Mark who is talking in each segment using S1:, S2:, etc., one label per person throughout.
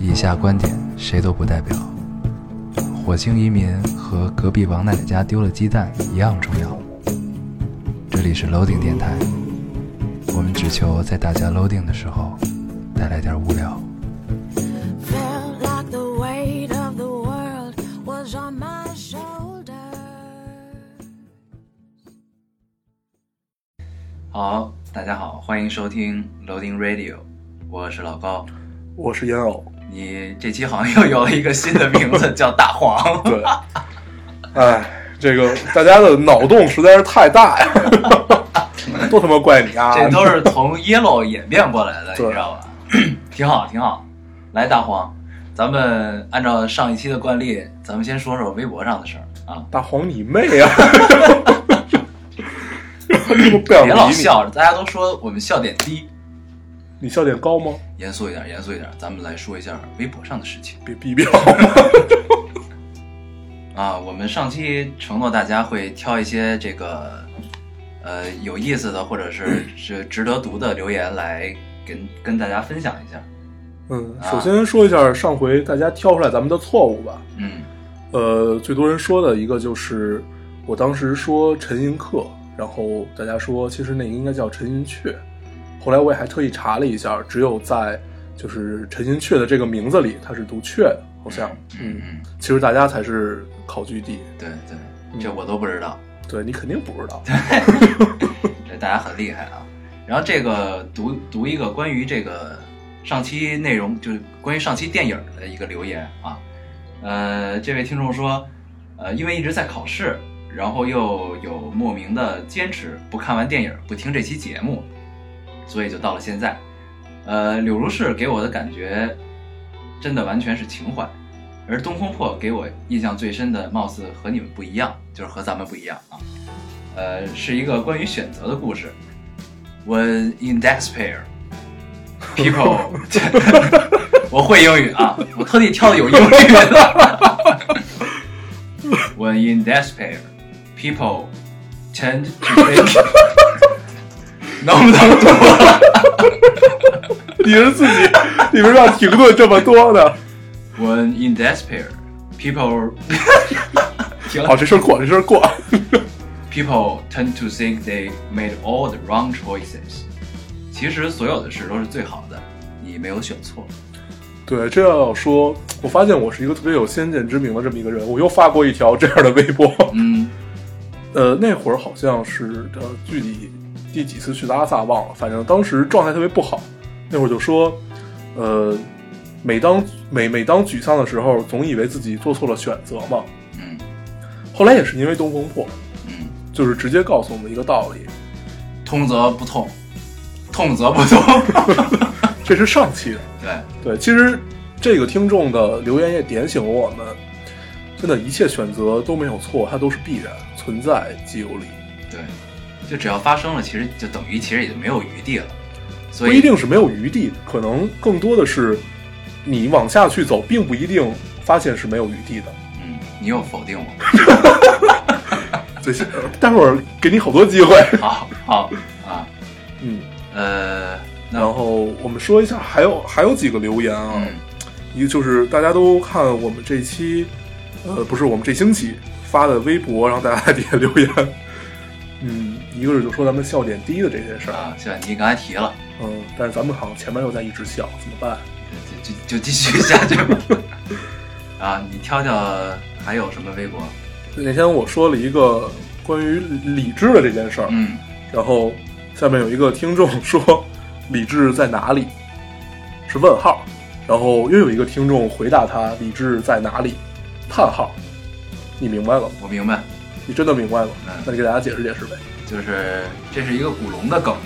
S1: 以下观点谁都不代表。火星移民和隔壁王奶奶家丢了鸡蛋一样重要。这里是 Loading 电台，我们只求在大家 Loading 的时候带来点无聊。
S2: Felt like the weight of the world was on my shoulders.
S1: 好，大家好，欢迎收听 Loading Radio，我是老高。
S3: 我是烟 偶，
S1: 你这期好像又有了一个新的名 字，叫大黄。
S3: 对，哎，这个大家的脑洞实在是太 大呀，都他妈怪你啊！
S1: 这都是从 yellow 演变过来的，你
S3: 对
S1: 知道吧？ 挺好，挺好。来，大黄，咱们按照上一期的惯例，咱们先说说微博上的事儿啊，
S3: 大黄你妹 啊！这个不想
S1: 别老
S3: 理
S1: 笑着，大家都说我们笑点低，
S3: 你，你笑点高吗？
S1: 严肃一点，严肃一点，咱们来说一下微博上的事情
S3: 别逼逼好吗？
S1: 啊。我们上期承诺大家会挑一些这个呃有意思的或者 是是值得读的留言来跟跟大家分享一下，
S3: 嗯，
S1: 啊
S3: 首先说一下上回大家挑出来咱们的错误吧。
S1: 嗯。
S3: 呃，最多人说的一个就是我当时说陈寅恪，然后大家说其实那个应该叫陈寅恪。后来我也还特意查了一下，只有在就是陈寅恪的这个名字里，它是读“雀”的，好像。
S1: 嗯
S3: 嗯，
S1: 嗯，
S3: 其实大家才是考据帝，
S1: 对
S3: 嗯
S1: 对，这我都不知道，
S3: 对你肯定不知道。
S1: 这大家很厉害啊。然后这个读读一个关于这个上期内容，就是关于上期电影的一个留言啊。呃，这位听众说，呃，因为一直在考试，然后又有莫名的坚持不看完电影不听这期节目，所以就到了现在。呃，柳如是给我的感觉真的完全是情怀，而东风破给我印象最深的，貌似和你们不一样，就是和咱们不一样啊。呃，是一个关于选择的故事。When in despair, people，我会英语啊，我特地挑的有英语的。When in despair, people tend to think 能不能读了
S3: 你是自己，你为啥停顿这么多呢？
S1: ？When in despair, people 停了
S3: 好，哦这事儿过，这事儿过。
S1: People tend to think they made all the wrong choices。其实所有的事都是最好的，你没有选错。
S3: 对，这要说，我发现我是一个特别有先见之明的这么一个人，我又发过一条这样的微博。
S1: 嗯，
S3: 呃，那会儿好像是呃，具体第几次去的拉萨忘了，反正当时状态特别不好。那会儿就说，呃，每当每每当沮丧的时候，总以为自己做错了选择嘛。
S1: 嗯
S3: 后来也是因为东风破，
S1: 嗯，
S3: 就是直接告诉我们一个道理，
S1: 痛则不痛，痛则不 痛。
S3: 这是上期的。
S1: 对，
S3: 对，其实这个听众的留言也点醒了我们，真的一切选择都没有错，它都是必然存在即有理，
S1: 对，就只要发生了，其实就等于其实也就没有余地了。所
S3: 不
S1: 以
S3: 一定是没有余地，可能更多的是你往下去走，并不一定发现是没有余地的。
S1: 嗯，你又否定我。
S3: 最近 待会儿给你好多 机会，
S1: 好，好啊，
S3: 嗯，
S1: 呃，那
S3: 然后我们说一下，还有还有几个留言啊，
S1: 嗯
S3: 一个就是大家都看我们这期，呃，不是我们这星期发的微博，然后大家在底下留言，嗯，一个是就说咱们笑点低的这件事儿，
S1: 啊，像你刚才提了，
S3: 嗯，但是咱们好像前面又在一直笑，怎么办？
S1: 就就就继续下去吧。 啊，你挑挑还有什么微博？
S3: 那天我说了一个关于理智的这件事儿，
S1: 嗯。
S3: 然后下面有一个听众说理智在哪里？是问号。然后又有一个听众回答他理智在哪里？叹号。你明白了吗？
S1: 我明白，
S3: 你真的明白了吗
S1: 嗯？
S3: 那你给大家解释解释呗。
S1: 就是这是一个古龙的梗，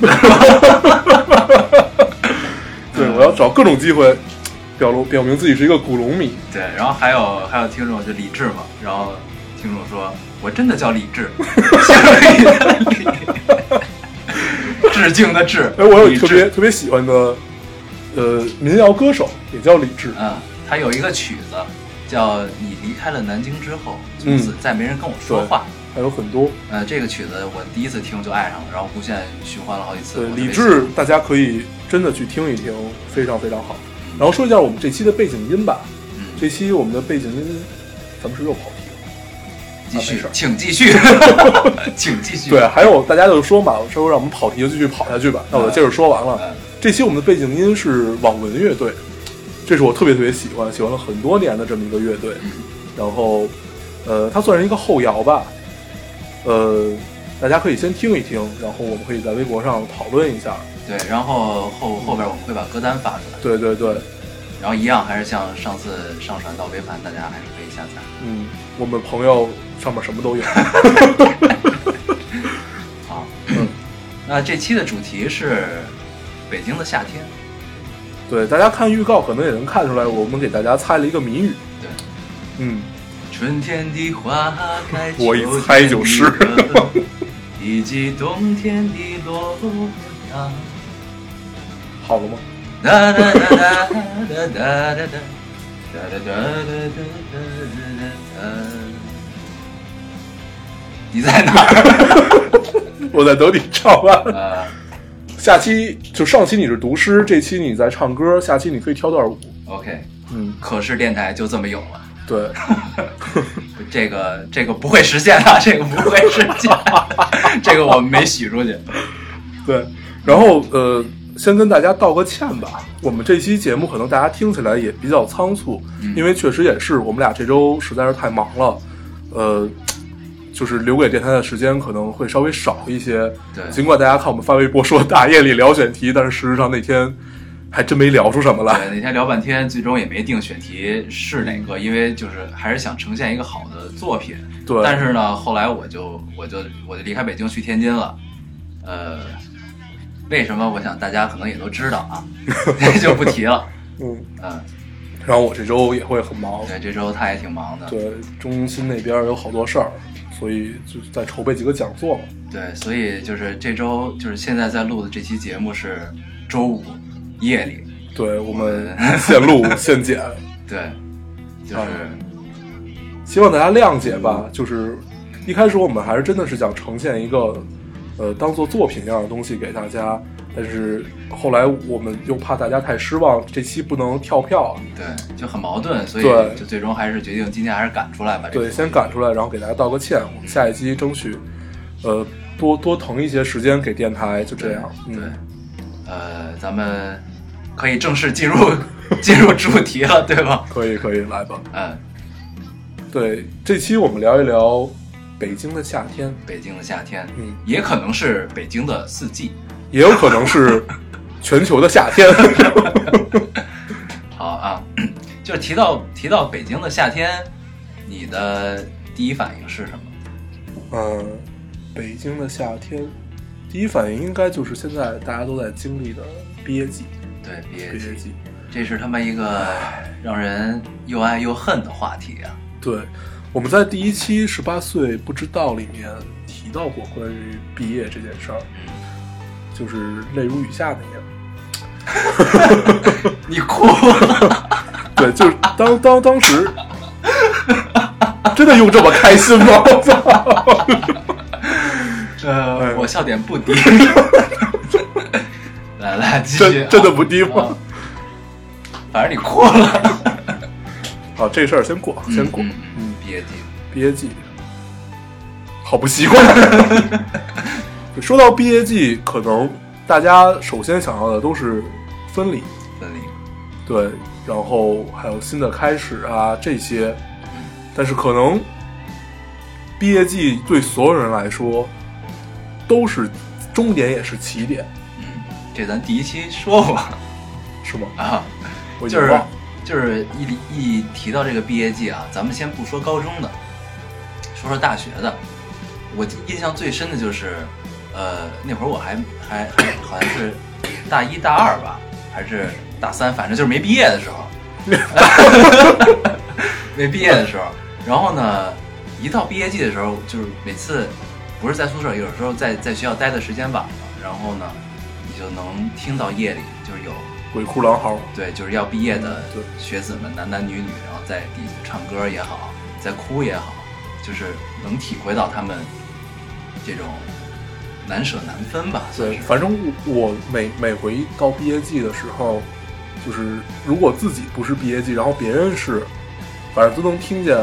S3: 对，我要找各种机会表露表明自己是一个古龙迷。
S1: 对。然后还有还有听众就李志嘛，然后听众说我真的叫李 志， 致敬的致，
S3: 哎，我有
S1: 嗯李
S3: 特
S1: 志，
S3: 别特别喜欢的，呃，民谣歌手也叫李志。
S1: 嗯，他有一个曲子叫《你离开了南京之后》，从此
S3: 嗯
S1: 再没人跟我说话。
S3: 还有很多。
S1: 呃，这个曲子我第一次听就爱上了，然后无限循环了好几次。
S3: 对
S1: 我，特别
S3: 呃李
S1: 喜欢
S3: 志，大家可以真的去听一听，非常非常好。
S1: 嗯
S3: 然后说一下我们这期的背景音吧。
S1: 嗯，
S3: 这期我们的背景音，咱们是又跑题了。
S1: 继
S3: 啊没
S1: 续
S3: 事儿，
S1: 请继 续，请继续。
S3: 对，啊还有大家就说嘛，我说让我们跑题就继续跑下去吧。那我就接着说完了。
S1: 嗯，
S3: 这期我们的背景音是网文乐队，这是我特别特别喜欢，喜欢了很多年的这么一个乐队。
S1: 嗯
S3: 然后，呃，它算是一个后摇吧，呃，大家可以先听一听，然后我们可以在微博上讨论一下。
S1: 对，然后后后边我们会把歌单发出来，
S3: 对对对，
S1: 然后一样还是像上次上传到微盘，大家还是可以下载。
S3: 嗯，我们朋友上面什么都 有。
S1: 好，
S3: 嗯
S1: 那这期的主题是北京的夏天。
S3: 对，大家看预告可能也能看出来，我们给大家猜了一个谜语。
S1: 对，
S3: 嗯，
S1: 春天的花开，
S3: 我一猜就是
S1: 秋天的热，以及冬天的洛阳。
S3: 好了吗？
S1: 哒哒哒哒哒哒哒哒哒哒哒哒哒哒。你在哪儿？
S3: 我在等你唱完。
S1: 呃，
S3: 下期就上期你是读诗，这期你在唱歌，下期你可以跳段舞。
S1: OK，
S3: 嗯，
S1: 可视电台就这么有了。
S3: 对，
S1: 这个这个不会实现啊， 这个不会实现， 这个我们没许出 去。
S3: 对，然后呃，先跟大家道个歉吧。我们这期节目可能大家听起来也比较仓促，
S1: 嗯
S3: 因为确实也是我们俩这周实在是太忙了，呃，就是留给电台的时间可能会稍微少一些。
S1: 对
S3: 尽管大家看我们发微博说大夜里聊选题，但是事实上那天还真没聊出什么来。
S1: 对，那天聊半天，最终也没定选题是哪
S3: 嗯
S1: 个，因为就是还是想呈现一个好的作品。
S3: 对
S1: 但是呢，后来我就我就我就离开北京去天津了。呃，为什么？我想大家可能也都知道 啊，就不提了。
S3: 嗯，
S1: 嗯，
S3: 然后我这周也会很忙，
S1: 对，这周他也挺忙的。
S3: 对，中心那边有好多事儿，所以就在筹备几个讲座嘛。
S1: 对，所以就是这周就是现在在录的这期节目是周五夜里。
S3: 对我们 现录现剪，
S1: 对，就是、
S3: 哦希望大家谅解吧。就是一开始我们还是真的是想呈现一个，呃，当做作品一样的东西给大家，但是后来我们又怕大家太失望，这期不能跳票，
S1: 对，就很矛盾，所以
S3: 对
S1: 就最终还是决定今天还是赶出来吧。这个
S3: 对，先赶出来，然后给大家道个歉。我们下一期争取，呃，多多腾一些时间给电台，就这样。
S1: 对
S3: 嗯，，
S1: 呃，咱们可以正式进入 进入主题了，对吧？
S3: 可以可以，来吧。
S1: 嗯，
S3: 对，这期我们聊一聊北京的夏天，
S1: 北京的夏天，
S3: 嗯
S1: 也可能是北京的四季。
S3: 也有可能 是全球的夏 天。
S1: 好啊， 就是提到提到北京的夏天，你的第一反应是什么？
S3: 嗯，北京的夏天，第一反应应该就是现在大家都在经历的憋季，
S1: 对，别
S3: 憋季。
S1: 这是他妈一个让人又爱又恨的话题啊。
S3: 对，我们在第一期《十八岁不知道》里面提到过关于毕业这件事儿，就是泪如雨下那 年。
S1: 你哭了，
S3: 对，就是当当当 时，真的用这么开心吗？我操！哎
S1: 呃，我笑点不 低。来来，继续啊、
S3: 真真的不低吗
S1: 啊？反正你哭了。
S3: 啊，这事儿先过，先过。
S1: 嗯
S3: 嗯，
S1: 别急，
S3: 毕业季，好不习惯。 说到毕业季，可能大家首先想到的都是分离，
S1: 分离。
S3: 对，然后还有新的开始啊这些，
S1: 嗯
S3: 但是可能毕业季对所有人来说都是终点，也是起点，
S1: 嗯，这咱第一期说过
S3: 是吗？
S1: 啊，
S3: 我已
S1: 就
S3: 经
S1: 是
S3: 忘了
S1: 就是一一提到这个毕业季啊，咱们先不说高中的，说说大学的。我印象最深的就是，呃，那会儿我还还还好像是大一大二吧，还是大三，反正就是没毕业的时候， 没毕业的时候。然后呢，一到毕业季的时候，就是每次不是在宿舍，有时候在在学校待的时间晚了，然后呢，你就能听到夜里就是有
S3: 鬼哭狼嚎，
S1: 对，就是要毕业的
S3: 嗯对
S1: 学子们，男男女女，然后在底下唱歌也好，在哭也好，就是能体会到他们这种难舍难分吧，算
S3: 对，
S1: 是。
S3: 反正我每每回到毕业季的时候，就是如果自己不是毕业季，然后别人是，反正都能听见，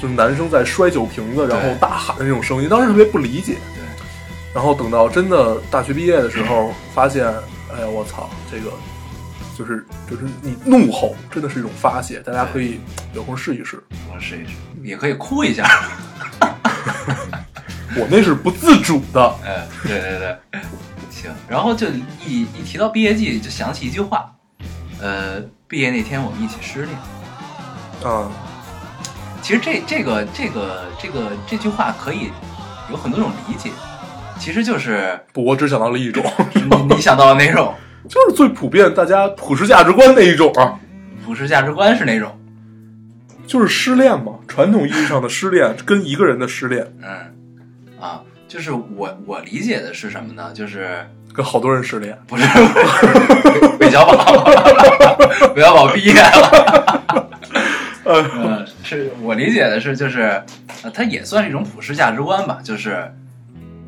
S3: 就是男生在摔酒瓶子，然后
S1: 对
S3: 大喊的那种声音，当时特别不理解。
S1: 对，
S3: 然后等到真的大学毕业的时候，发现，哎呀，我操，这个就是就是你怒吼，真的是一种发泄，大家可以有空试一试。
S1: 我试一试，也可以哭一下。
S3: 我那是不自主的，
S1: 哎，对对对，行。然后就一一提到毕业季，就想起一句话，呃，毕业那天我们一起失恋。
S3: 嗯，
S1: 其实这这个这个这个这句话可以有很多种理解，其实就是
S3: 不，我只想到了一种，
S1: 你你想到的那种
S3: 就是最普遍大家普世价值观那一种啊，
S1: 普世价值观是那种，
S3: 就是失恋嘛，传统意义上的失恋跟一个人的失恋，
S1: 嗯，啊，就是我我理解的是什么呢？就是
S3: 跟好多人失恋，
S1: 不是 韦小宝，韦小宝毕业了。
S3: 呃，
S1: 嗯，是我理解的是，就是，呃，它也算是一种普世价值观吧，就是，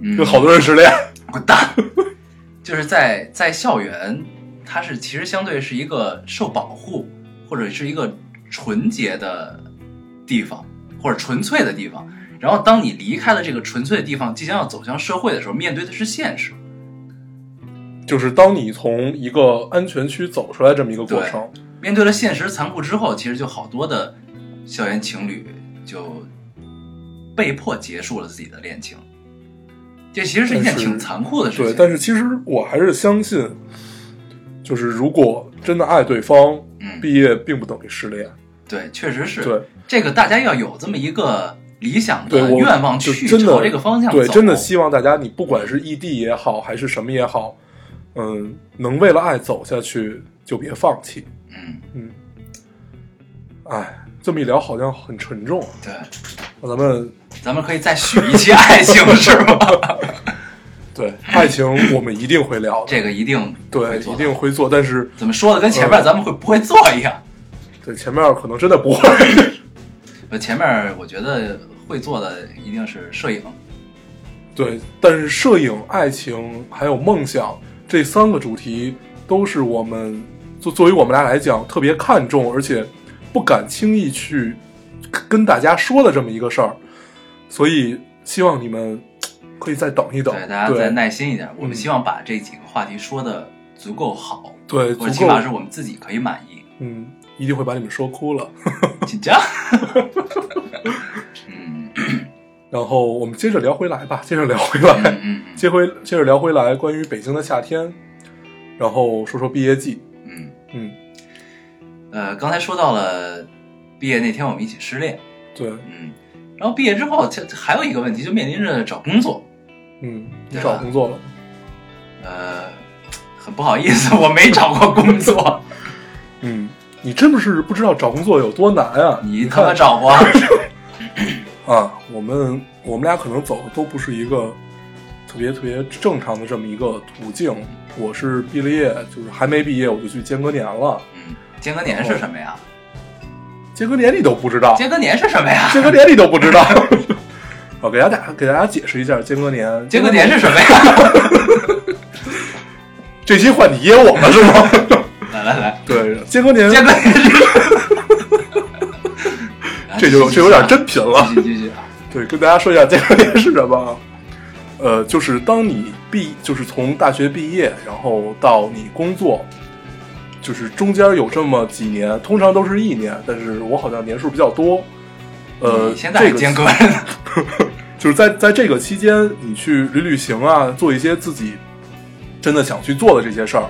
S1: 嗯，
S3: 跟好多人失恋，
S1: 滚蛋，就是在在校园，它是其实相对是一个受保护或者是一个纯洁的地方，或者纯粹的地方。然后，当你离开了这个纯粹的地方，即将要走向社会的时候，面对的是现实。
S3: 就是当你从一个安全区走出来这么一个过程，
S1: 面对了现实残酷之后，其实就好多的校园情侣就被迫结束了自己的恋情，这其实是一件
S3: 但是
S1: 挺残酷的事
S3: 对，
S1: 情。
S3: 但是其实我还是相信，就是如果真的爱对方，
S1: 嗯
S3: 毕业并不等于失恋，
S1: 对，确实是。
S3: 对
S1: 这个大家要有这么一个理想
S3: 对
S1: 的
S3: 我
S1: 愿望
S3: 就
S1: 去
S3: 真的
S1: 朝这个方向走。
S3: 对，真的希望大家，你不管是异地也好，还是什么也好，嗯，能为了爱走下去就别放弃。
S1: 嗯，
S3: 嗯，哎，这么一聊好像很沉重啊。
S1: 对，
S3: 那咱们
S1: 咱们可以再续一期爱 情，是吧？
S3: 对爱情，我们一定会聊的，
S1: 这个一定
S3: 对
S1: 会做
S3: 一
S1: 到
S3: 定嗯会做，但是
S1: 怎么说的，跟前面咱们会不会做一样。
S3: 对前面可能真的不会。
S1: 呃，前面我觉得会做的一定是摄影，
S3: 对，但是摄影、爱情还有梦想这三个主题，都是我们作作为我们俩来讲特别看重，而且不敢轻易去跟大家说的这么一个事儿。所以希望你们可以再等一等，
S1: 对，大家再
S3: 对嗯
S1: 耐心一点。我们希望把这几个话题说的足够好，
S3: 对
S1: 或者
S3: 足
S1: 起
S3: 够
S1: 码是我们自己可以满意。
S3: 嗯，一定会把你们说哭了。
S1: 紧 张。嗯
S3: 然后我们接着聊回来吧，接着聊回来。
S1: 嗯嗯嗯
S3: 接回接着聊回来关于北京的夏天，然后说说毕业季。
S1: 嗯。
S3: 嗯，
S1: 呃，刚才说到了毕业那天我们一起失恋，
S3: 对，
S1: 嗯，然后毕业之后，这这还有一个问题，就面临着找工作，
S3: 嗯，你
S1: 对啊
S3: 找
S1: 吧
S3: 工作了，
S1: 呃，很不好意思，我没找过工作，
S3: 嗯，你真不是不知道找工作有多难啊！
S1: 你他
S3: 看
S1: 妈找 过？
S3: 啊，我们我们俩可能走的都不是一个特别特别正常的这么一个途径。我是毕了业，就是还没毕业我就去间隔年了，
S1: 嗯，间隔年是什么呀？
S3: 间隔年你都不知道，
S1: 间隔年是什么呀？
S3: 间隔年你都不知道。我给大家给大家解释一下间隔年，
S1: 间隔年是什么呀？
S3: 这期换你噎我了是吗？
S1: 来来来，
S3: 对，间隔年
S1: 间隔年是。
S3: 这就这有点真贫了。
S1: 继续继续啊！
S3: 对，跟大家说一下间隔年是什么啊。呃，就是当你毕，就是从大学毕业，然后到你工作，就是中间有这么几年，通常都是一年，但是我好像年数比较多。呃，
S1: 你现在
S3: 这
S1: 还
S3: 个
S1: 间隔着呢，
S3: 就是在在这个期间，你去旅旅行啊，做一些自己真的想去做的这些事儿，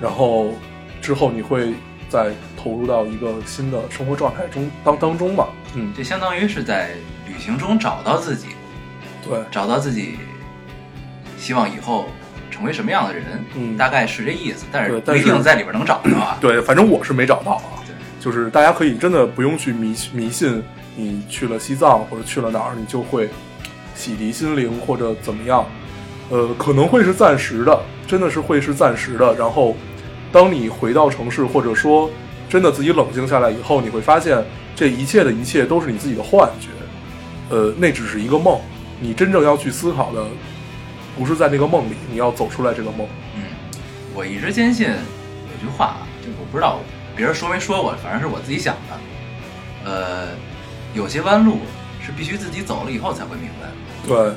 S3: 然后之后你会再投入到一个新的生活状态中当当中嘛。嗯，
S1: 这相当于是在旅行中找到自己，
S3: 对，
S1: 找到自己希望以后成为什么样的人，
S3: 嗯
S1: 大概是这意思，但是
S3: 对
S1: 不
S3: 但
S1: 一
S3: 是
S1: 定在里边能找着啊。
S3: 对，反正我是没找到啊。
S1: 对
S3: 就是大家可以真的不用去迷迷信，你去了西藏或者去了哪儿，你就会洗涤心灵或者怎么样。呃，可能会是暂时的，真的是会是暂时的。然后，当你回到城市，或者说真的自己冷静下来以后，你会发现这一切的一切都是你自己的幻觉。呃，那只是一个梦。你真正要去思考的，不是在那个梦里，你要走出来这个梦。
S1: 嗯，我一直坚信有句话啊，这个我不知道别人说没说过，反正是我自己想的。呃，有些弯路是必须自己走了以后才会明白的。
S3: 对，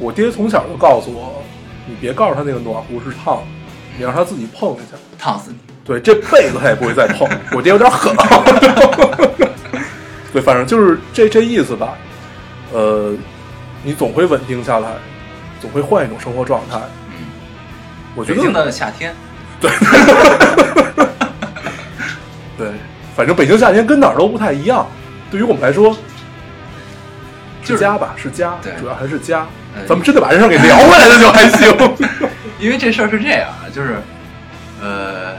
S3: 我爹从小就告诉我，你别告诉他那个暖壶是烫的，你让他自己碰一下。
S1: 烫死你！
S3: 对，这辈子他也不会再碰。我爹有点狠。 对，反正就是这这意思吧。呃，你总会稳定下来，总会换一种生活状态。
S1: 嗯，
S3: 我觉
S1: 北京
S3: 得
S1: 的夏天，
S3: 对，反正北京夏天跟哪儿都不太一样。对于我们来说，
S1: 就是
S3: 是家吧，是家
S1: 对，
S3: 主要还是家
S1: 呃。
S3: 咱们真的把这事儿给聊回来了就 还行。
S1: 因为这事儿是这样啊，就是，呃，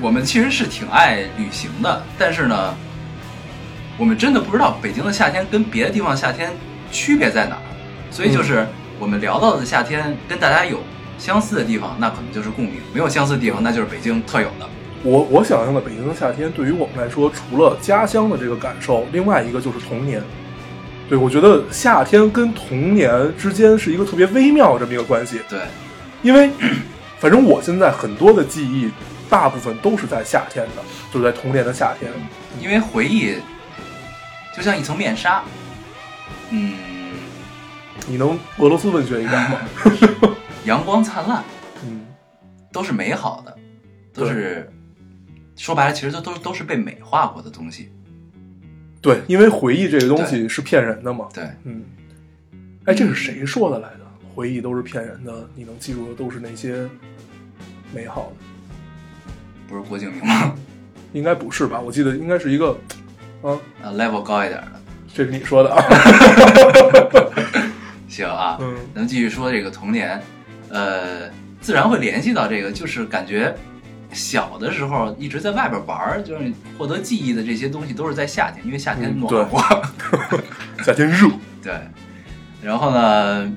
S1: 我们其实是挺爱旅行的，但是呢，我们真的不知道北京的夏天跟别的地方夏天区别在哪儿，所以就是我们聊到的夏天跟大家有相似的地方，那可能就是共鸣；没有相似的地方，那就是北京特有的。
S3: 我我想象的北京的夏天，对于我们来说，除了家乡的这个感受，另外一个就是童年。对，我觉得夏天跟童年之间是一个特别微妙的这么一个关系，
S1: 对，
S3: 因为反正我现在很多的记忆，大部分都是在夏天的，就是在童年的夏天。
S1: 因为回忆就像一层面纱，嗯，
S3: 你能俄罗斯文学一点吗？
S1: 阳光灿烂，
S3: 嗯，
S1: 都是美好的，都是说白了，其实都都都是被美化过的东西。
S3: 对，因为回忆这个东西是骗人的嘛。
S1: 对，
S3: 嗯，哎，这是谁说的来着？回忆都是骗人的，你能记住的都是那些美好的。
S1: 不是郭敬明吗？
S3: 应该不是吧？我记得应该是一个，啊，
S1: 呃，level 高一点的。
S3: 这是你说的啊，
S1: 行啊，
S3: 嗯
S1: 咱们继续说这个童年，呃，自然会联系到这个，就是感觉小的时候一直在外边玩儿，就是获得记忆的这些东西都是在夏天，因为夏天
S3: 嗯
S1: 暖和。
S3: 夏天热，
S1: 对，然后呢，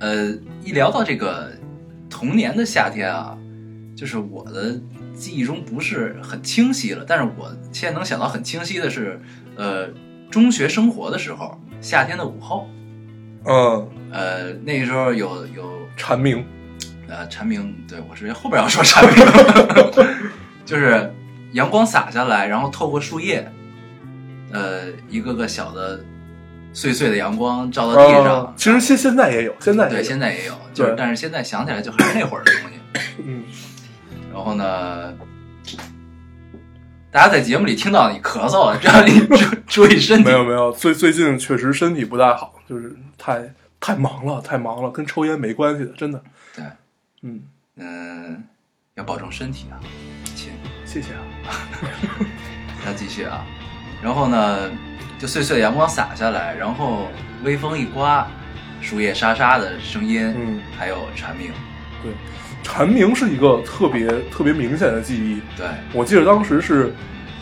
S1: 呃，一聊到这个童年的夏天啊，就是我的记忆中不是很清晰了，但是我现在能想到很清晰的是，呃，中学生活的时候，夏天的午后，
S3: 嗯，
S1: 呃，那时候有有
S3: 蝉鸣，
S1: 呃蝉鸣，对我是后边要说蝉鸣， 就是阳光洒下来，然后透过树叶，呃，一个个小的碎碎的阳光照哦到地上，
S3: 啊其实现现在也有，现在也
S1: 对，
S3: 有，
S1: 现在也有，就是
S3: 对
S1: 但是现在想起来就还是那会儿的东西。
S3: 嗯，
S1: 然后呢，大家在节目里听到你咳嗽了，让你注 注意身体
S3: 没。有没有，最最近确实身体不太好，就是太太忙了，太忙了，跟抽烟没关系的，真的，
S1: 对，
S3: 嗯，
S1: 嗯，要保重身体啊，亲。
S3: 谢谢啊，
S1: 那继续啊，然后呢，就碎碎的阳光洒下来，然后微风一刮，树叶沙沙的声音，
S3: 嗯
S1: 还有蝉鸣，
S3: 对，蝉鸣是一个特别特别明显的记忆，
S1: 对，
S3: 我记得当时是，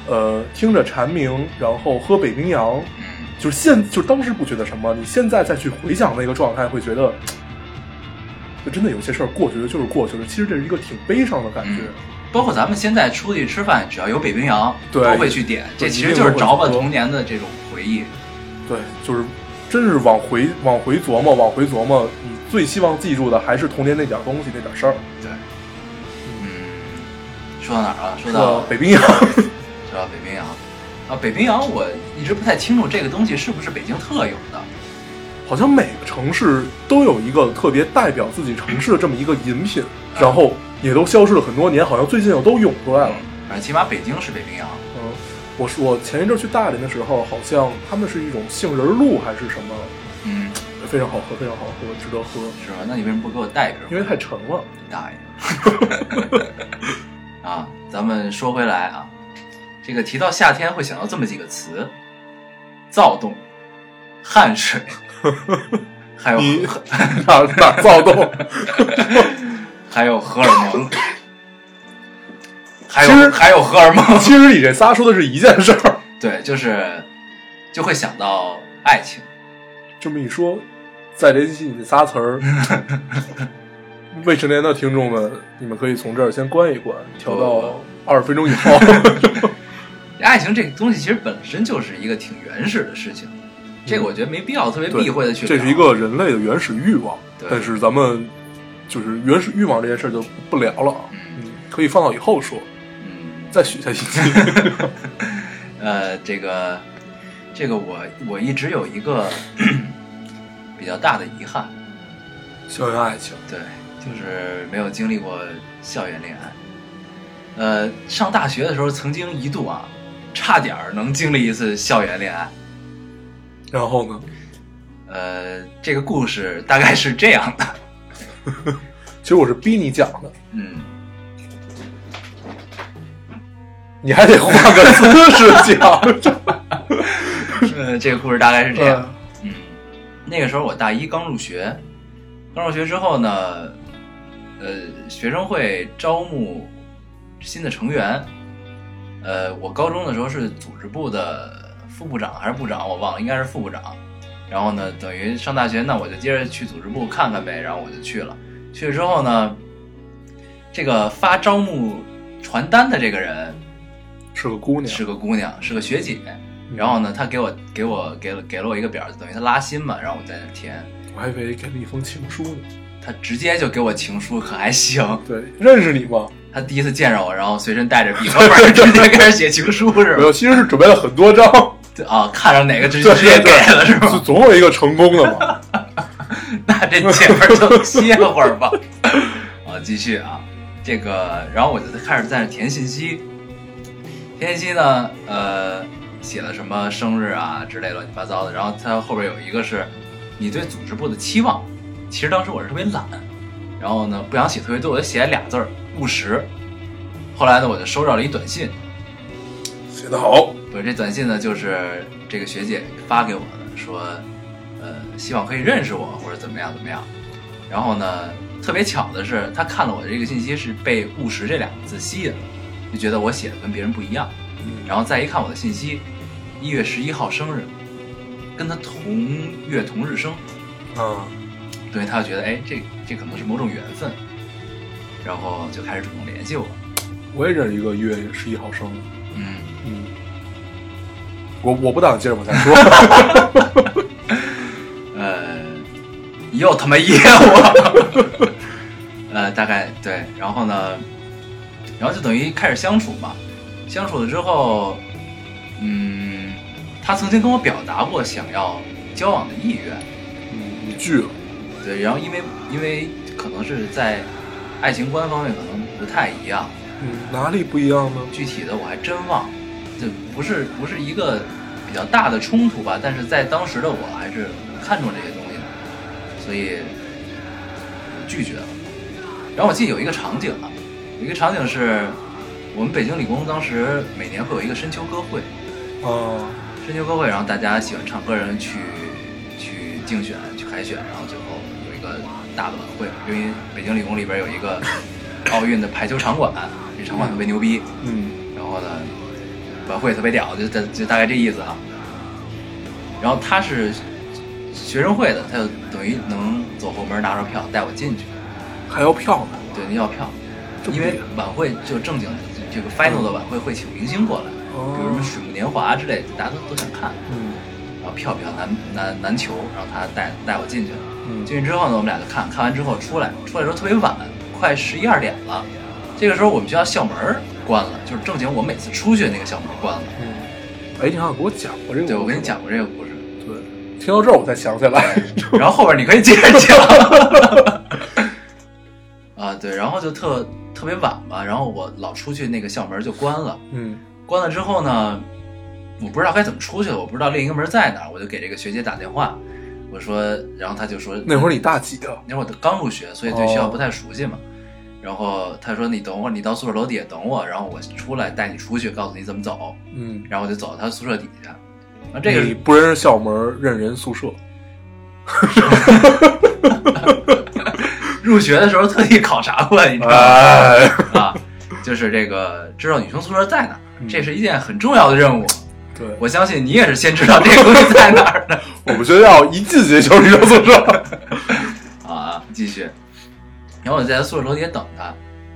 S3: 呃，听着蝉鸣，然后喝北冰洋，
S1: 嗯，
S3: 就是现就当时不觉得什么，你现在再去回想那个状态，会觉得，就真的有些事儿过去了就是过去了。其实这是一个挺悲伤的感觉。
S1: 包括咱们现在出去吃饭，只要有北冰洋，
S3: 对
S1: 都会去点，这
S3: 对
S1: 其实就是着吧
S3: 一定会
S1: 童年的这种回忆，
S3: 对，就是真是往回往回琢磨，往回琢磨，你最希望记住的还是童年那点儿东西，那点儿事儿。
S1: 对，嗯，说到哪儿了？说
S3: 呃
S1: 到，
S3: 北冰洋，
S1: 说到北冰洋啊，北冰洋我一直不太清楚这个东西是不是北京特有的，
S3: 好像每个城市都有一个特别代表自己城市的这么一个饮品，然后也都消失了很多年，好像最近又都涌出来了。
S1: 反正起码北京是北冰洋，
S3: 嗯，我是我前一阵儿去大连的时候，好像他们是一种杏仁露还是什么，
S1: 嗯，
S3: 非常好喝，非常好喝，值得喝，
S1: 是吧？那你为什么不给我带一瓶？
S3: 因为太沉 了。
S1: 大爷！ 啊，咱们说回来啊，这个提到夏天会想到这么几个词：躁动、汗水，还有
S3: 你
S1: 荷
S3: 哪哪躁动？
S1: 还有荷尔 蒙，还
S3: 其
S1: 有
S3: 实
S1: 还有荷尔蒙。
S3: 其实你这仨说的是一件事儿。
S1: 对，就是就会想到爱情。
S3: 这么一说，再联系你这仨词 儿，未成年的听众们，你们可以从这儿先关一关，调到二十分钟以 后。
S1: 爱情这个东西其实本身就是一个挺原始的事情，这个我觉得没必要特别避讳的去
S3: 嗯这是
S1: 聊
S3: 一个人类的原始欲望
S1: 对，
S3: 但是咱们就是原始欲望这件事儿就不聊了啊。
S1: 嗯
S3: 嗯，可以放到以后说，
S1: 嗯，
S3: 再许下一 期。
S1: 呃，这个这个我我一直有一个 比较大的遗憾，
S3: 校园爱情，
S1: 对，就是没有经历过校园恋爱。呃，上大学的时候曾经一度啊，差点儿能经历一次校园恋爱。
S3: 然后呢？
S1: 呃，这个故事大概是这样的，
S3: 其实我是逼你讲的，
S1: 嗯，
S3: 你还得换个姿势讲。
S1: 呃，这个故事大概是这样的。 嗯，那个时候我大一刚入学，刚入学之后呢，呃，学生会招募新的成员。呃，我高中的时候是组织部的副部长还是部长，我忘了，应该是副部长。然后呢，等于上大学，那我就接着去组织部看看呗。然后我就去了，去了之后呢，这个发招募传单的这个人
S3: 是个姑娘，
S1: 是个姑娘，是个学姐。然后呢，他给我给我给了给了我一个表，等于他拉新嘛，然后我在那填，
S3: 我还以为给了一封情书呢。
S1: 他直接就给我情书，可还行。
S3: 对，认识你吗？
S1: 他第一次见着我，然后随身带着笔和本儿，直接开始写情书是
S3: 没
S1: 吧
S3: 有，其实是准备了很多张，
S1: 对？啊，看上哪个 直
S3: 对
S1: 直接给了是
S3: 就
S1: 吧？
S3: 总有一个成功的 嘛。
S1: 那这姐们儿就歇会儿吧。啊，继续啊，这个，然后我就开始在那填信息，填信息呢，呃，写了什么生日啊之类乱七八糟的，然后它后边有一个是你对组织部的期望，其实当时我是特别懒，然后呢不想写特别多，我就写了俩字儿务实。后来呢，我就收到了一短信，
S3: 写得好，
S1: 不是这短信呢，就是这个学姐发给我的，说，呃，希望可以认识我或者怎么样怎么样。然后呢，特别巧的是，她看了我的这个信息是被“务实”这两个字吸引了，就觉得我写的跟别人不一样。然后再一看我的信息，一月十一号生日，跟她同月同日生，
S3: 啊，
S1: 嗯所以她就觉得，哎，这这可能是某种缘分，然后就开始主动联系我。
S3: 我也认识一个月十一号生日。
S1: 嗯，
S3: 嗯，我我不打算接着往下 说。
S1: 呃，又他妈噎我， 呃，大概对，然后呢，然后就等于开始相处嘛，相处了之后，嗯，他曾经跟我表达过想要交往的意愿，
S3: 嗯，你拒了，
S1: 对，然后因为因为可能是在爱情观方面可能不太一样，
S3: 嗯，哪里不一样呢？
S1: 具体的我还真忘，就不是不是一个比较大的冲突吧，但是在当时的我还是很看重这些东西的，所以拒绝了。然后我记得有一个场景啊，有一个场景是我们北京理工当时每年会有一个深秋歌会，
S3: 啊，
S1: 深秋歌会，然后大家喜欢唱歌的人去去竞选、去海选，然后最后有一个大的晚会，因为北京理工里边有一个奥运的排球场馆，这场馆特别牛逼。
S3: 嗯，
S1: 然后呢，晚会特别屌，就大就大概这意思啊。然后他是学生会的，他就等于能走后门拿着票带我进去，
S3: 还要票呢。
S1: 对，要票，
S3: 这么
S1: 因
S3: 厉
S1: 为
S3: 害
S1: 晚会就正经这个 final 的晚会会请明星过来，比如什么《
S3: 哦，
S1: 水木年华》之类的，大家都都想看。
S3: 嗯
S1: 然后票比较难难难求，然后他带带我进去了。
S3: 嗯，
S1: 进去之后呢，我们俩就看看完之后出来，出来的时候特别晚，快十一二点了。这个时候我们学校校门儿关了，就是正经我每次出去那个校门儿关了。
S3: 嗯，哎，你好像给我讲过这个，
S1: 对，我跟你，讲过这个故事，
S3: 对，听到这儿我才想起来，
S1: 然后后边你可以接着讲。啊，对，然后就特特别晚吧，然后我老出去，那个校门就关了。
S3: 嗯
S1: 关了之后呢，我不知道该怎么出去了，我不知道另一个门在哪儿，我就给这个学姐打电话，我说，然后她就说，
S3: 那会儿你大几啊？
S1: 那会儿我刚入学，所以对学
S3: 哦
S1: 校不太熟悉嘛。然后她说你等会儿，你到宿舍楼底下等我，然后我出来带你出去，告诉你怎么走。
S3: 嗯，
S1: 然后我就走到她宿舍底下，然后这个
S3: 你不认识校门，认人宿舍，
S1: 入学的时候特地考察过，你知道吗？
S3: 哎，
S1: 啊，就是这个知道女生宿舍在哪儿，
S3: 嗯
S1: 这是一件很重要的任务。
S3: 对，
S1: 我相信你也是先知道这个东西在哪儿的
S3: 我们学校一进学就是一个宿舍，
S1: 啊。继续，然后我就在宿舍楼底下等他，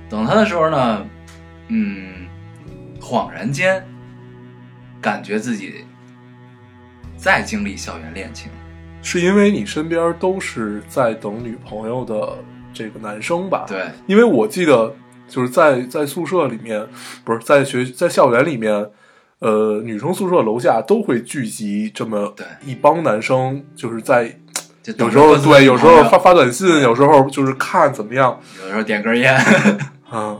S1: 等他的时候呢，嗯，恍然间感觉自己在经历校园恋情。
S3: 是因为你身边都是在等女朋友的这个男生吧？
S1: 对，
S3: 因为我记得就是在在宿舍里面，不是在学在校园里面，呃，女生宿舍楼下都会聚集这么
S1: 对
S3: 一帮男生，就是在
S1: 就
S3: 有时候
S1: 等着各自
S3: 对，有时候
S1: 朋友
S3: 发发短信，有时候就是看怎么样，
S1: 有时候点根 烟，
S3: 嗯，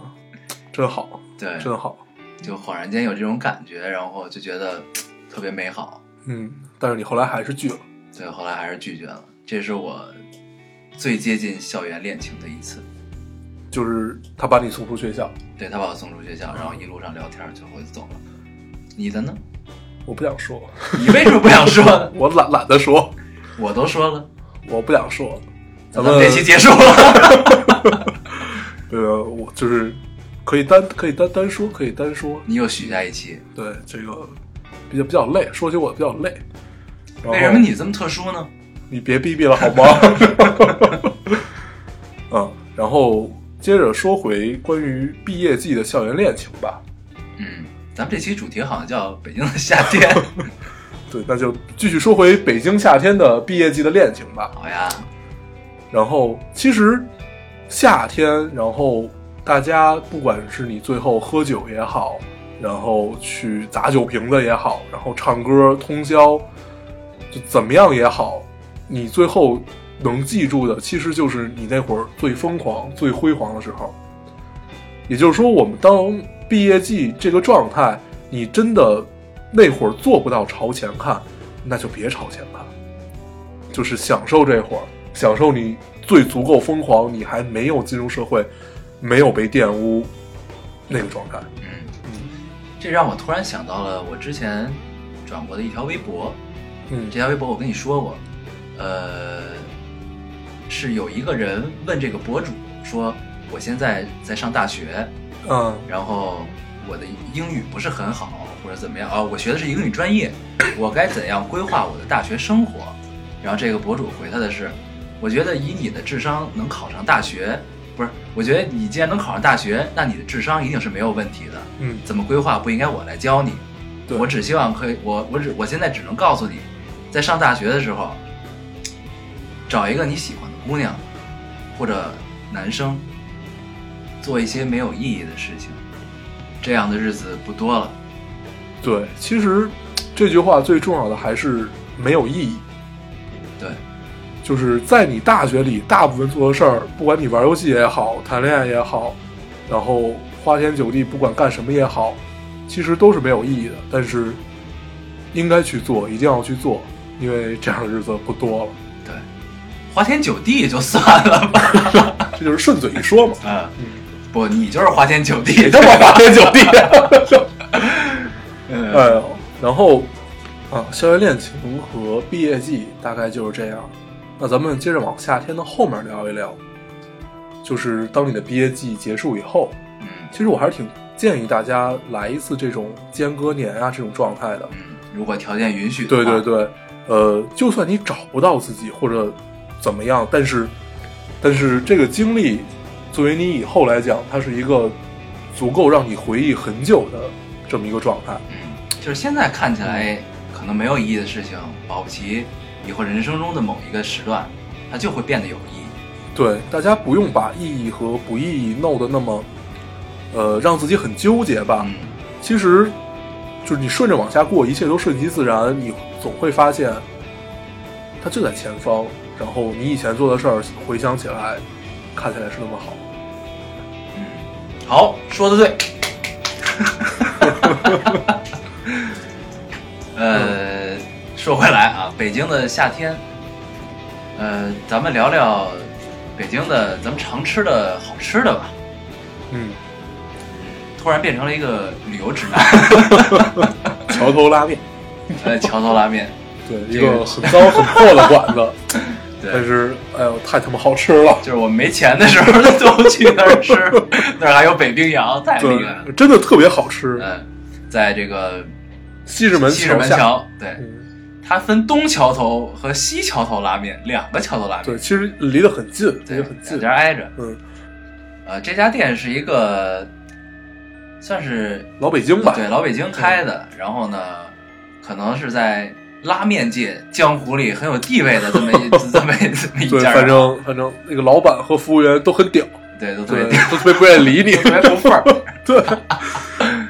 S3: 真好，
S1: 对，
S3: 真好，
S1: 就恍然间有这种感觉，然后就觉得嘖特别美好。
S3: 嗯，但是你后来还是拒了，
S1: 对，后来还是拒绝了。这是我最接近校园恋情的一次。
S3: 就是他把你送出学校，
S1: 对他把我送出学校，然后一路上聊天，最后就走了。你的呢？
S3: 我不想说，
S1: 你为什么不想说？
S3: 我懒懒得说，
S1: 我都说了，
S3: 我不想说，
S1: 咱
S3: 咱们
S1: 们这期结束了。
S3: 呃，我就是可以单可以单单说，可以单说，
S1: 你又许下一期，
S3: 对这个比较比较累，说起我比较累。然后
S1: 为什么你这么特殊呢？
S3: 你别逼逼了好吗？ 嗯，然后接着说回关于毕业季的校园恋情吧。
S1: 嗯，咱们这期主题好像叫北京的夏 天。
S3: 对，那就继续说回北京夏天的毕业季的恋情吧。
S1: 好呀，
S3: 然后其实夏天，然后大家不管是你最后喝酒也好，然后去砸酒瓶子也好，然后唱歌通宵，就怎么样也好，你最后能记住的，其实就是你那会儿最疯狂、最辉煌的时候。也就是说，我们当毕业季这个状态，你真的那会儿做不到朝前看，那就别朝前看。就是享受这会儿，享受你最足够疯狂，你还没有进入社会，没有被玷污那个状态。
S1: 嗯，这让我突然想到了我之前转过的一条微博。
S3: 嗯
S1: 这条微博我跟你说过，呃，是有一个人问这个博主说，我现在在上大学，
S3: 嗯
S1: 然后我的英语不是很好，或者怎么样啊、我学的是英语专业，我该怎样规划我的大学生活？然后这个博主回他的是，我觉得以你的智商能考上大学，不是，我觉得你既然能考上大学，那你的智商一定是没有问题的。
S3: 嗯，
S1: 怎么规划不应该我来教你，
S3: 对
S1: 我只希望可以，我我只我现在只能告诉你，在上大学的时候，找一个你喜欢的姑娘或者男生，做一些没有意义的事情，这样的日子不多了。
S3: 对，其实这句话最重要的还是没有意义，
S1: 对，
S3: 就是在你大学里大部分做的事儿，不管你玩游戏也好，谈恋爱也好，然后花天酒地，不管干什么也好，其实都是没有意义的。但是应该去做，一定要去做，因为这样的日子不多了。
S1: 对，花天酒地也就算了吧。
S3: 这就是顺嘴一说嘛。
S1: 嗯，
S3: 嗯，
S1: 不，你就是花天酒地，
S3: 这么花天酒地。啊
S1: 嗯，
S3: 哎呦，然后啊，校园恋情和毕业季大概就是这样。那咱们接着往夏天的后面聊一聊，就是当你的毕业季结束以后，
S1: 嗯
S3: 其实我还是挺建议大家来一次这种间隔年啊这种状态的。
S1: 嗯，如果条件允许，
S3: 对对，对，呃，就算你找不到自己或者怎么样，但是但是这个经历作为你以后来讲，它是一个足够让你回忆很久的这么一个状态。
S1: 嗯，就是现在看起来可能没有意义的事情，保不齐以后人生中的某一个时段，它就会变得有意义。
S3: 对，大家不用把意义和不意义弄得那么，呃，让自己很纠结吧。
S1: 嗯，
S3: 其实，就是你顺着往下过，一切都顺其自然，你总会发现，它就在前方。然后你以前做的事儿，回想起来，看起来是那么好。
S1: 好，说的对。 呃，说回来啊，北京的夏天，呃，咱们聊聊北京的咱们常吃的好吃的吧。
S3: 嗯，
S1: 突然变成了一个旅游指南，
S3: 桥头拉面，
S1: 呃，桥头拉面，
S3: 对，一
S1: 这个
S3: 个很脏很破的馆子，但
S1: 对，
S3: 是哎呦，太他妈好吃了。
S1: 就是我没钱的时候都去那 儿吃，那儿还有北冰洋，太厉害了。
S3: 对，真的特别好吃。
S1: 嗯，在这个
S3: 西直门
S1: 西直门
S3: 下，
S1: 桥，对，
S3: 嗯，
S1: 它分东桥头和西桥头拉面两个桥头拉面
S3: 对，，其实离得很近，离
S1: 对，
S3: 得很
S1: 两
S3: 近。
S1: 家挨着。
S3: 嗯，
S1: 呃，这家店是一个算是
S3: 老北京吧，
S1: 对老北京开的，然后呢，可能是在拉面界江湖里 很有地位的这么一这么一这么一
S3: 对，
S1: 家儿。啊
S3: 反正反正那个老板和服务员都很屌，
S1: 对，都特
S3: 对
S1: 别屌，，
S3: 都特别不愿意 理你，
S1: 特别不份儿。
S3: 对，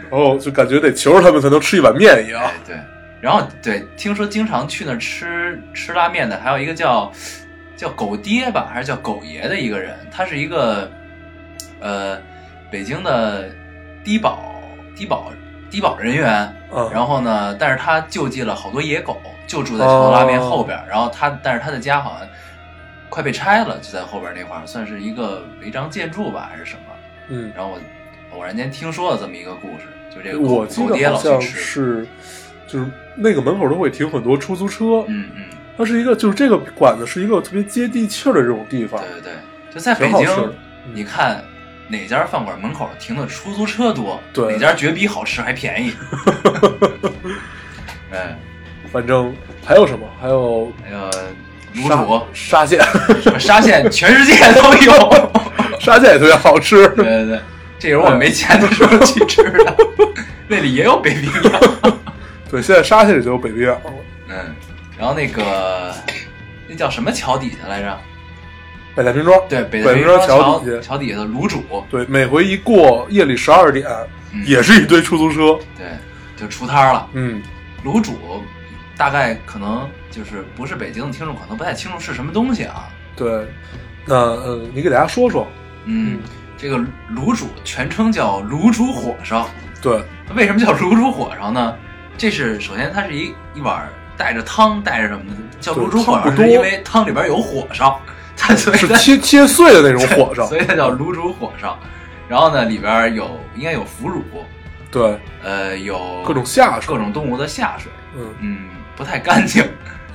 S3: 然后就感觉得求着他们才能吃一碗面一样。
S1: 对对，然后对，听说经常去那儿吃吃拉面的，还有一个叫叫狗爹吧，还是叫狗爷的一个人，他是一个呃北京的低保低保低保人员，
S3: 嗯，
S1: 然后呢，但是他救济了好多野狗，就住在桥头拉面后
S3: 哦
S1: 边儿，然后他但是他的家好像快被拆了，就在后边儿那块儿，算是一个违章建筑吧，还是什么？
S3: 嗯，
S1: 然后我偶然间听说了这么一个故事，就这个狗
S3: 我记
S1: 狗爹
S3: 得
S1: 老
S3: 好像
S1: 去吃，
S3: 是，就是那个门口都会停很多出租车，
S1: 嗯嗯。
S3: 它是一个就是这个馆子是一个特别接地气儿的这种地方，
S1: 对对对，就在北
S3: 挺好吃的
S1: 京，。你看哪家饭馆门口停的出租车多，
S3: 对
S1: 哪家绝逼好吃还便 宜。哎，
S3: 反正还有什么？还有
S1: 还有卤
S3: 沙
S1: 煮、
S3: 沙县，
S1: 什么沙县，全世界都 有。
S3: 沙县也特别好吃。
S1: 对对对，这也是我没钱的时候去吃的，那里也有北冰洋。
S3: 对，现在沙县里就有北冰洋了，
S1: 嗯，然后那个那叫什么桥底下来着？
S3: 北太平庄。
S1: 对，北
S3: 北
S1: 冰
S3: 冰洋
S1: 桥
S3: 桥底下
S1: 桥底下的卤煮，
S3: 对，每回一过夜里十二点，
S1: 嗯
S3: 也是一堆出租车。
S1: 对，就出摊儿了。
S3: 嗯，
S1: 卤煮，大概可能就是不是北京的听众可能不太清楚是什么东西啊。
S3: 对。那呃，你给大家说说，
S1: 嗯，这个卤煮全称叫卤煮火烧，
S3: 对，
S1: 为什么叫卤煮火烧呢？这是首先它是一一碗带着汤带着什么的，叫
S3: 对
S1: 卤煮火
S3: 汤
S1: 烧
S3: 不多
S1: 是因为汤里边有火烧， 它所以
S3: 是
S1: 它
S3: 切切碎的那种火 烧
S1: 所。以它叫卤煮火烧。然后呢，里边有应该有腐乳，
S3: 对，
S1: 呃，有
S3: 各种下水
S1: 各种动物的下水，
S3: 嗯，
S1: 嗯，不太干净，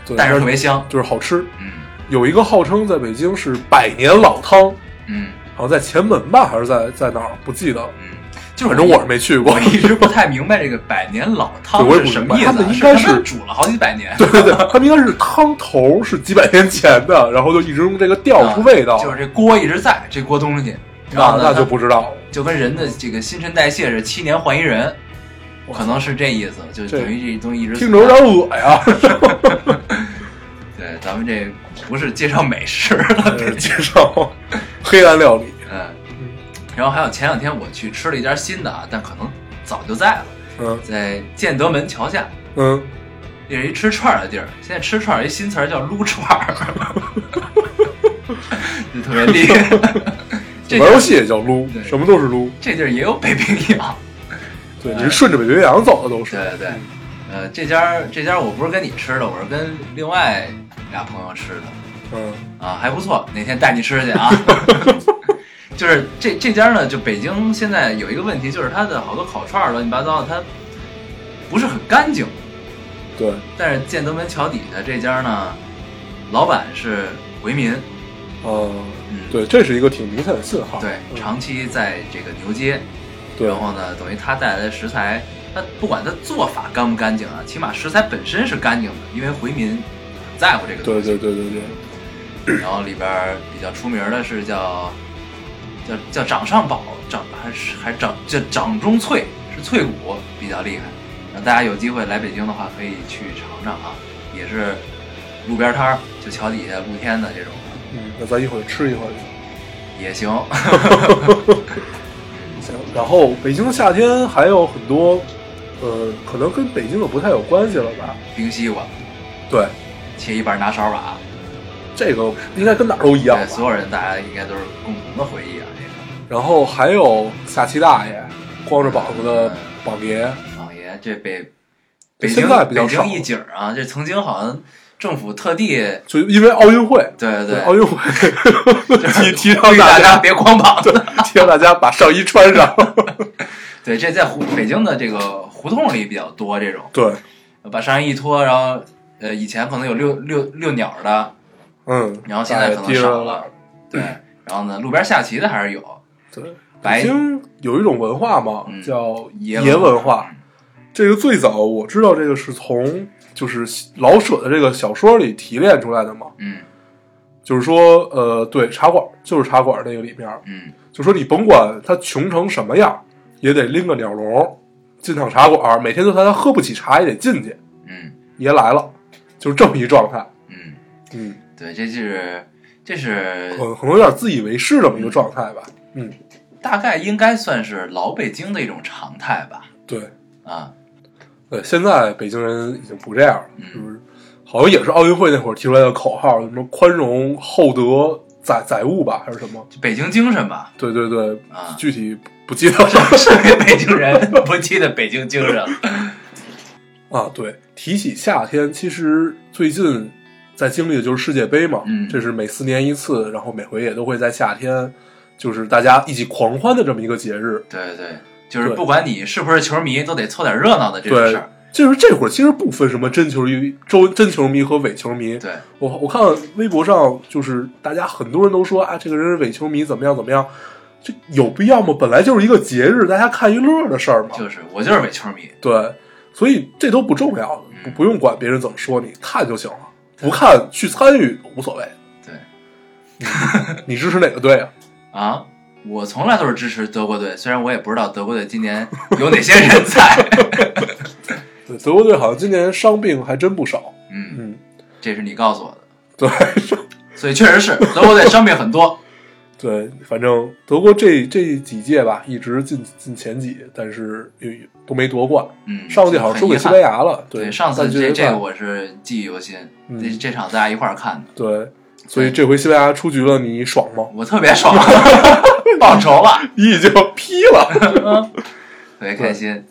S3: 对，
S1: 但是特别香，
S3: 就是好吃。
S1: 嗯
S3: 有一个号称在北京是百年老汤，
S1: 嗯。
S3: 好像在前门吧，还是在在哪儿？不记得了。
S1: 嗯，就是
S3: 反正我是没去过
S1: 我。一直不太明白这个百年老汤
S3: 对我也
S1: 是
S3: 不
S1: 什
S3: 明
S1: 么
S3: 白
S1: 意思
S3: 他
S1: 啊，
S3: 们应该
S1: 是他们
S3: 是
S1: 煮了好几百年，啊
S3: 对对对，他们应该是汤头是几百年前的，然后就一直用这个调出味道。
S1: 啊就是这啊锅一直在这锅东西，然
S3: 那
S1: 后呢，
S3: 那就
S1: 它
S3: 不知道了。
S1: 就跟人的这个新陈代谢是七年换一人，
S3: 哇
S1: 可能是这意思，就
S3: 这
S1: 等于这东西一直
S3: 听着有点恶心呀。
S1: 对，咱们这不是介绍美食了，
S3: 呃介绍黑暗料理，
S1: 嗯，然后还有前两天我去吃了一家新的啊，但可能早就在了，
S3: 嗯
S1: 在建德门桥下。
S3: 嗯，
S1: 也是一吃串儿的地儿。现在吃串儿有一新词儿叫撸串儿， 就特别厉 害。这地
S3: 玩
S1: 儿
S3: 游戏也叫撸
S1: 对，
S3: 什么都是撸。
S1: 这地儿也有北冰洋，
S3: 对，你是顺着北冰洋走的都是
S1: 对。对对。呃，这家儿这家儿我不是跟你吃的，我是跟另外俩朋友吃的
S3: 嗯
S1: 啊，还不错。哪天带你吃去啊？ 就是这这家儿呢，就北京现在有一个问题，就是它的好多烤串儿乱七八糟的，它不是很干净。
S3: 对，
S1: 但是建德门桥底下这家儿呢，老板是回民，
S3: 嗯
S1: 嗯，
S3: 对，这是一个挺明显的信号。
S1: 对，
S3: 嗯
S1: 长期在这个牛街，
S3: 对
S1: 然后呢，等于它带来的食材，它不管它做法干不干净啊，起码食材本身是干净的，因为回民很在乎这个东
S3: 对
S1: 西。
S3: 对对对对，
S1: 对 然后里边儿比较出名的是叫叫叫掌上宝，掌还是还是掌叫掌中脆，是脆骨比较厉害。然后大家有机会来北京的话，可以去尝尝啊，也是路边摊儿，就桥底下露天的这种
S3: 嗯，那咱一会儿吃一会儿去。
S1: 也行。
S3: 行，然后北京的夏天还有很多，呃，可能跟北京的不太有关系了吧？
S1: 冰西瓜，
S3: 对，
S1: 切一半儿拿勺碗。
S3: 这个应该跟哪儿都一样
S1: 对，所
S3: 吧。
S1: 有人大家应该都是共同的回忆啊，这
S3: 然后还有夏七大爷，光着膀子的膀爷，
S1: 个老爷这北北京
S3: 现在比较
S1: 北
S3: 少
S1: 京一景儿啊，这曾经好像政府特地
S3: 就因为奥运会，
S1: 对哦
S3: 奥运会 提 提
S1: 呼
S3: 倡
S1: 吁
S3: 大
S1: 大
S3: 家
S1: 家，别光膀子。
S3: 提倡大家把上衣穿上。
S1: 对，这在胡北京的这个胡同里比较多这种，
S3: 对，
S1: 把上衣一脱，然后呃以前可能有遛遛遛鸟儿的，
S3: 嗯，
S1: 然后现在可能
S3: 提着
S1: 少了。对，然后呢路边下棋的还是有，
S3: 对，
S1: 白
S3: 北京有一种文化嘛
S1: 嗯，
S3: 叫
S1: 爷
S3: 爷
S1: 文
S3: 文化。这个最早我知道，这个是从就是老舍的这个小说里提炼出来的嘛。
S1: 嗯
S3: 就是说，呃，对，茶馆就是茶馆那个里面，
S1: 嗯
S3: 就说你甭管他穷成什么样，也得拎个鸟笼进趟茶馆，每天就算他喝不起茶也得进去。
S1: 嗯
S3: 爷来了，就是这么一状态。
S1: 嗯，
S3: 嗯，
S1: 对，这就是这是
S3: 可能可能有点自以为是这么一个状态吧。嗯，
S1: 大概应该算是老北京的一种常态吧。
S3: 对
S1: 啊，
S3: 对，现在北京人已经不这样了，
S1: 嗯
S3: 就是好像也是奥运会那会儿提出来的口号，什么宽容、厚德、载载物吧，还是什么？
S1: 就北京精神 吧，
S3: 对对对，
S1: 啊
S3: 具体不记得了
S1: 身为北京人， 不记得北京精神了。
S3: 啊。对，提起夏天，其实最近在经历的就是世界杯嘛，
S1: 嗯
S3: 这是每四年一次，然后每回也都会在夏天，就是大家一起狂欢的这么一个节日。
S1: 对对，就是
S3: 对
S1: 不管你是不是球迷，都得凑点热闹的这种事
S3: 对
S1: 儿。，
S3: 就是这会儿其实不分什么真球迷、周真球迷和伪球迷。
S1: 对，
S3: 我我看微博上就是大家很多人都说啊，这个人是伪球迷，怎么样怎么样，这有必要吗？本来就是一个节日，大家看一乐的事儿嘛。
S1: 就是我就是伪球迷，
S3: 对，所以这都不重要，不
S1: 嗯
S3: 不用管别人怎么说你，看就行了。不看去参与无 所谓。
S1: 对
S3: 你支持哪个队啊？
S1: 啊，我从来都是支持德国队，虽然我也不知道德国队今年有哪些人 在。
S3: 对，德国队好像今年伤病还真不少。
S1: 嗯，
S3: 嗯，
S1: 这是你告诉我的，
S3: 对
S1: 所以确实是德国队伤病很多。
S3: 对，反正德国这这几届吧，一直进进前几，但是也都没夺冠。
S1: 嗯，
S3: 上届好像输给西班牙了。
S1: 对，上次
S3: 半决
S1: 这这
S3: 赛
S1: 个我是记忆犹新，
S3: 嗯
S1: 这这场大家一块儿看的，
S3: 对，所以这回西班牙出局了，你爽吗？
S1: 我特别爽，报仇了，
S3: 你已经批了。
S1: 特别开心。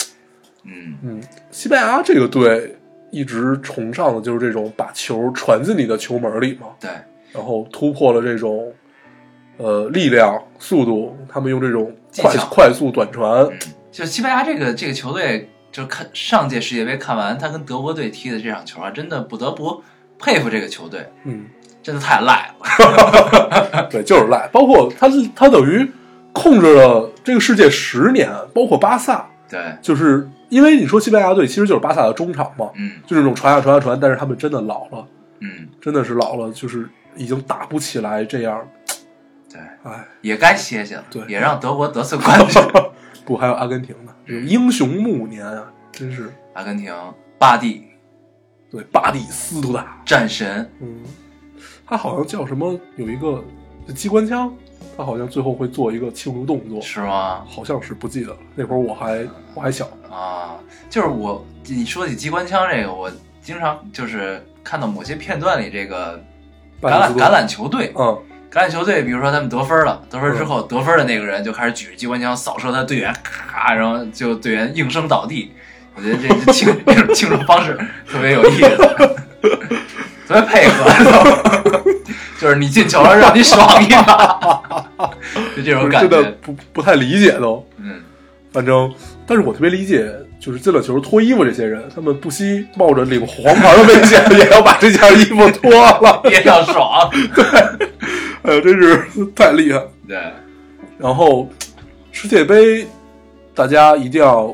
S1: 嗯，
S3: 嗯，西班牙这个队一直崇尚的就是这种把球传进你的球门里嘛，
S1: 对，
S3: 然后突破了这种呃力量、速度，他们用这种快
S1: 技巧
S3: 快速短传。
S1: 嗯，就西班牙这个这个球队，就看上届世界杯看完他跟德国队踢的这场球啊，真的不得不佩服这个球队，
S3: 嗯，
S1: 真的太赖了。
S3: 对，就是赖。包括他，他等于控制了这个世界十年，包括巴萨，
S1: 对，
S3: 就是因为你说西班牙队其实就是巴萨的中场嘛，
S1: 嗯
S3: 就是那种传啊传啊传，但是他们真的老了。
S1: 嗯，
S3: 真的是老了，就是已经打不起来这样。
S1: 对，
S3: 哎，
S1: 也该歇歇了，
S3: 对
S1: 也让德国得次冠军。
S3: 不，还有阿根廷呢，这
S1: 嗯
S3: 种英雄暮年啊，真是
S1: 阿根廷巴蒂
S3: 对巴蒂斯图塔，
S1: 战神，
S3: 嗯，他好像叫什么，有一个机关枪，他好像最后会做一个庆祝动作，
S1: 是吗？
S3: 好像是不记得了。那会儿我还我还小，
S1: 啊，就是我，你说起机关枪这个，我经常就是看到某些片段里这个橄榄
S3: 巴蒂斯图
S1: 橄榄球队，
S3: 嗯，
S1: 橄榄球队，比如说他们得分了，得分之后得分的那个人就开始举着机关枪扫射他队员，咔，然后就队员应声倒地。我觉得这这庆 这种庆祝方式特别有意思，特别配合，就是你进球了让你爽一把，就这种感
S3: 真的
S1: 觉。
S3: 不不太理解都。
S1: 嗯，
S3: 反正，但是我特别理解，就是进了球脱衣服这些人，他们不惜冒着领黄牌的危险， 也要把这件衣服脱了。
S1: 憋到爽。
S3: 哎呦，真是 太厉害！
S1: 对，
S3: 然后世界杯，大家一定要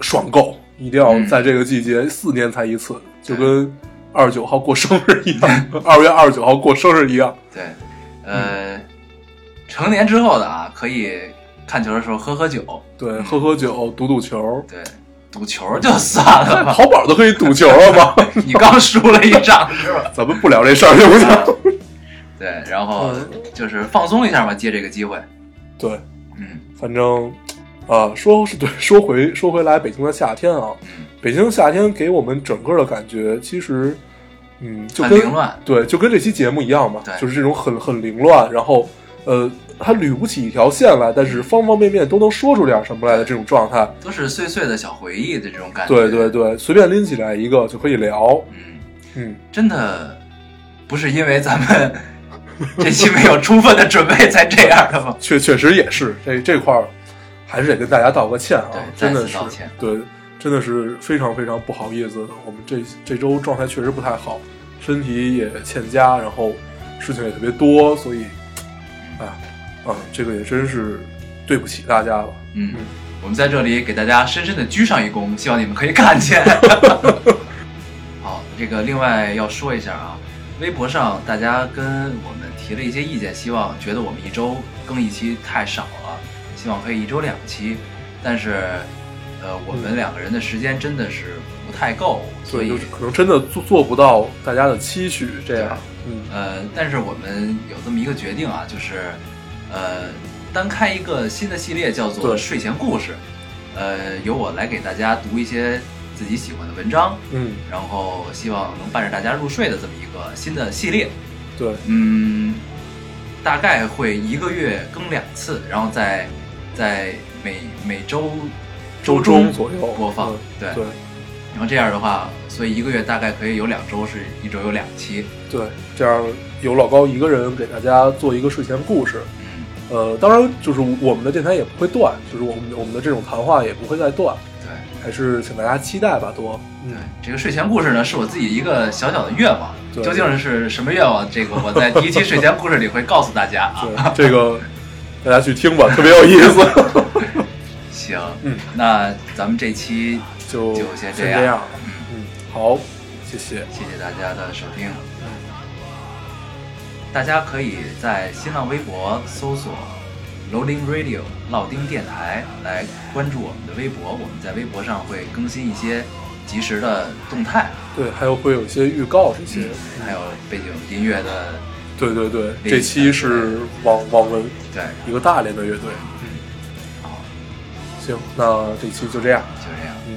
S3: 爽购，一定要在这个季节四年才一次，就跟二十九号过生日一样，二月二十九号过生日一样。
S1: 对，呃，成年之后的啊，可以看球的时候喝喝酒，
S3: 对，喝喝酒，赌赌球，
S1: 对，赌球就算了 吧。
S3: 淘宝都可以赌球了吗？
S1: 你刚输了一仗是吧？
S3: 咱们不聊这事儿行不行？
S1: 对，然后就是放松一下嘛，借这个机会。
S3: 对，
S1: 嗯
S3: 反正啊，说是对， 说回说回来，北京的夏天啊，
S1: 嗯，
S3: 北京的夏天给我们整个的感觉，其实，嗯，就
S1: 很
S3: 跟
S1: 凌乱
S3: 对，就跟这期节目一样嘛
S1: 对，
S3: 就是这种很很凌乱，然后呃，它捋不起一条线来，但是方方面面都能说出点什么来的这种状态。
S1: 都是碎碎的小回忆的这种感觉。
S3: 对对，对，随便拎起来一个就可以聊，
S1: 嗯，
S3: 嗯，
S1: 真的不是因为咱们 这期没有充分的准备才这样的吗？
S3: 确确实也是这这块儿，还是得跟大家道个歉啊
S1: 对，
S3: 真的
S1: 再次
S3: 是
S1: 道歉
S3: 对，真的是非常非常不好意思，我们这这周状态确实不太好，身体也欠佳，然后事情也特别多，所以，
S1: 嗯
S3: 哎，啊，这个也真是对不起大家了。
S1: 嗯，我们在这里给大家深深的鞠上一躬，希望你们可以看 见。好，这个另外要说一下啊，微博上大家跟我们提了一些意见，希望觉得我们一周更一期太少了，希望可以一周两期，但是呃，我们两个人的时间真的是不太够，所
S3: 嗯对，
S1: 以
S3: 就是可能真的做做不到大家的期许这样。嗯
S1: 呃，但是我们有这么一个决定啊，就是，呃，单开一个新的系列，叫做《
S3: 对
S1: 睡前故事》。呃，由我来给大家读一些自己喜欢的文章，
S3: 嗯，
S1: 然后希望能伴着大家入睡的这么一个新的系列。
S3: 对，
S1: 嗯，大概会一个月更两次，然后在在每每周
S3: 周中
S1: 中
S3: 左右
S1: 播放
S3: 嗯。
S1: 对，
S3: 对
S1: 然后这样的话，所以一个月大概可以有两周，是一周有两期。
S3: 对，这样由老高一个人给大家做一个睡前故事。
S1: 嗯，
S3: 呃，当然就是我们的电台也不会断，就是我们我们的这种谈话也不会再断，
S1: 对。
S3: 还是请大家期待吧，多。嗯
S1: 对，这个睡前故事呢，是我自己一个小小的愿望。
S3: 对
S1: 究竟是什么愿望？这个我在第一期睡前故事里会告诉大家啊。
S3: 对，这个大家去听吧，特别有意 思。
S1: 行，
S3: 嗯，
S1: 那咱们这期
S3: 就
S1: 就先这
S3: 这
S1: 样
S3: 样。
S1: 嗯
S3: 嗯，好，谢谢。
S1: 谢谢大家的收听。大家可以在新浪微博搜索 “Loading Radio” 老丁电台来关注我们的微博，我们在微博上会更新一些及时的动态，嗯
S3: 对，还有会有一些预告这些。
S1: 还有背景音乐的
S3: 对对对，
S1: 对
S3: 这期是网网文
S1: 对，
S3: 一个大连的乐队。嗯
S1: 嗯好，
S3: 行，那这期就这样。
S1: 就这样。
S3: 嗯，